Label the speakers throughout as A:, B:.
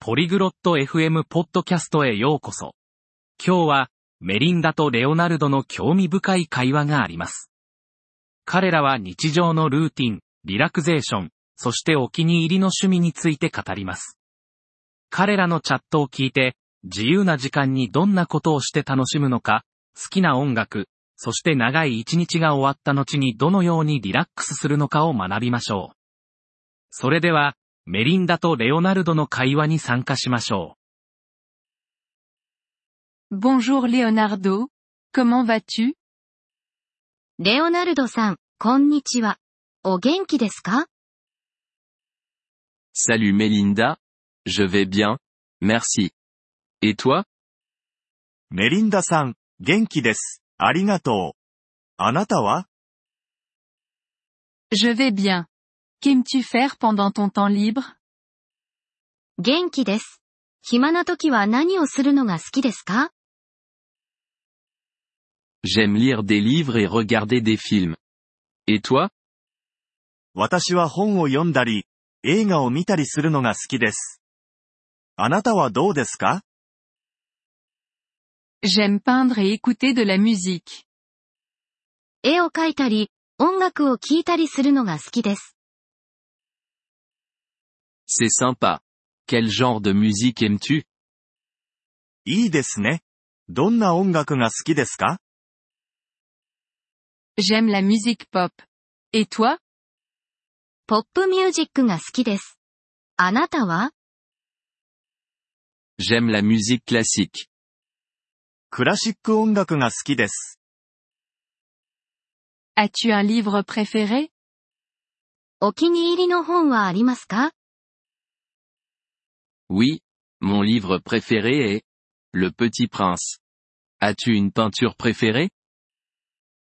A: ポリグロット FM ポッドキャストへようこそ。今日は、メリンダとレオナルドの興味深い会話があります。彼らは日常のルーティン、リラクゼーション、そしてお気に入りの趣味について語ります。彼らのチャットを聞いて、自由な時間にどんなことをして楽しむのか、好きな音楽、そして長い一日が終わった後にどのようにリラックスするのかを学びましょう。それでは、メリンダとレオナルドの会話に参加しましょ
B: Bonjour Leonardo. Comment vas-tu
C: レオナルドさん、こんにちは。お元気ですか
D: Salut Melinda. Je vais bien. Merci. Et toi
E: メリンダさん、元気です。ありがとう。あなたは
B: Je vais bien. Qu'aimes-tu faire pendant ton temps libre
C: 元気です。暇な時は何をするのが好きですか
D: J'aime lire des livres et regarder des films. Et toi
E: 私は本を読んだり、映画を見たりするのが好きです。あなたはどうですか
B: J'aime peindre et écouter de la musique.
C: 絵を描いたり、音楽を聴いたりするのが好きです。
D: C'est sympa. Quel genre de musique aimes-tu
E: いいですね。どんな音楽が好きですか
B: J'aime la musique pop. Et toi
C: ポップミュージックが好きです。あなたは
D: J'aime la musique classique.
E: クラシック音楽が好きです。
B: As-tu un livre préféré
C: お気に入りの本はありますか
D: Oui. Mon livre préféré est Le Petit Prince. As-tu une peinture préférée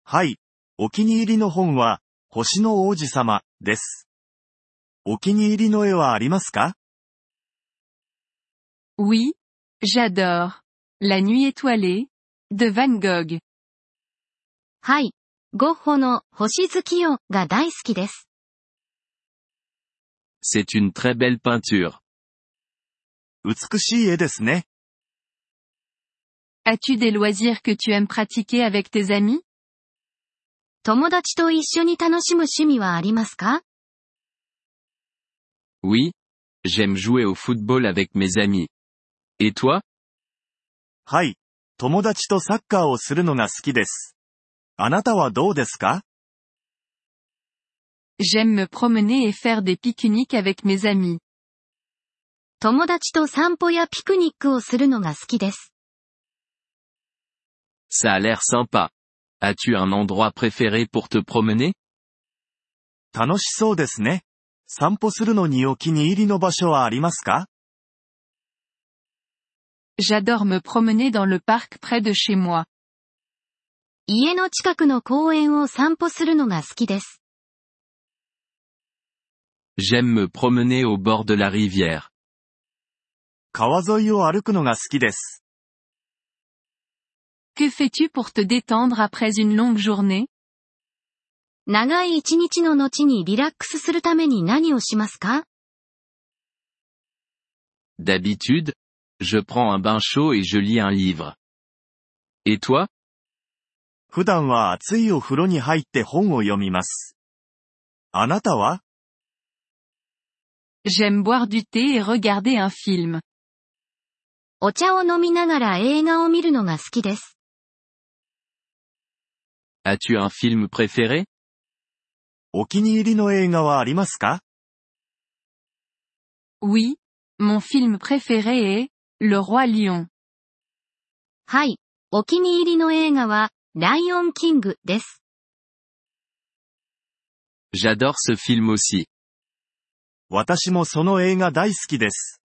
E: はい。お気に入りの本は、星の王子様、です。お気に入りの絵はありますか
B: Oui. J'adore. La nuit étoilée. De Van Gogh.
C: はい。ゴッホの星月夜が大好きです。
D: C'est une très belle peinture.
E: 美しい絵ですね。
B: As-tu des loisirs que tu aimes pratiquer avec tes amis
C: 友達と一緒に楽しむ趣味はありますか
D: Oui. J'aime jouer au football avec mes amis. Et toi
E: はい。友達とサッカーをするのが好きです。あなたはどうですか
B: J'aime me promener et faire des pique-niques avec mes amis.
C: 友達と散歩やピクニックをするのが好きです。
D: Ça a l'air sympa. As-tu un endroit préféré pour te promener
E: 楽しそうですね。散歩するのにお気に入りの場所はありますか
B: J'adore me promener dans le parc près de chez moi.
C: 家の近くの公園を散歩するのが好きです。
D: J'aime me promener au bord de la rivière.
E: 川沿いを歩くのが好きです。
B: Que fais-tu pour te détendre après une longue journée
C: 長い一日の後にリラックスするために何をしますか
D: D'habitude, je prends un bain chaud et je lis un livre. Et toi
E: 普段は暑いお風呂に入って本を読みます。あなたは
B: J'aime boire du thé et regarder un film.
C: お茶を飲みながら映画を見るのが好きです。
D: As-tu un film préféré
E: お気に入りの映画はありますか
B: Oui, mon film préféré est Le Roi Lion.
C: はい。お気に入りの映画は、ライオンキングです。
D: J'adore ce film aussi.
E: 私もその映画大好きです。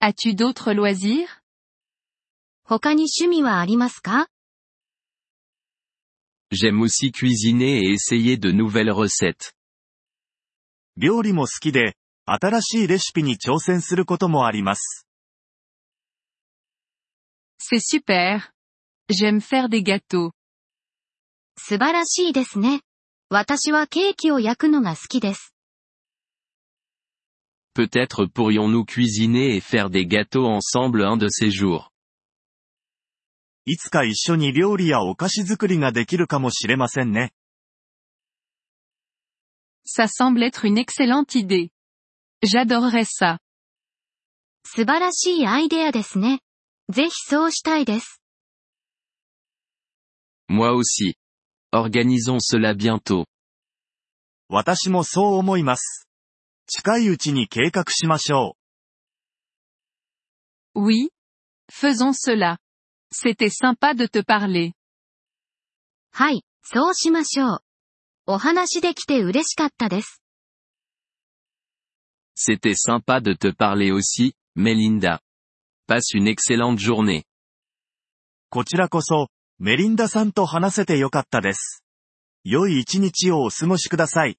B: As-tu d'autres loisirs
C: 他に趣味はありますか
D: J'aime aussi cuisiner et essayer de nouvelles recettes.
E: 料理も好きで、新しいレシピに挑戦することもあります。
B: C'est super. J'aime faire des gâteaux.
C: 素晴らしいですね。私はケーキを焼くのが好きです。
D: Peut-être pourrions-nous cuisiner et faire des gâteaux ensemble un de ces jours.
E: いつか一緒に料理やお菓子作りができるかもしれませんね。
B: Ça semble être une excellente idée. J'adorerais ça.
C: 素晴らしいアイデアですね。ぜひそうしたいです。
D: Moi aussi. Organisons cela bientôt.
E: 私もそう思います。近いうちに計画しましょ
B: Oui. Faisons cela. C'était sympa de te parler.
C: はい、そうしましょう。お話できて嬉しかったです。
D: C'était sympa de te parler aussi, Melinda. Passe une excellente journée.
E: う。こちらこそ、メリンダさんと話せてよかったです。良い一日をお過ごしください。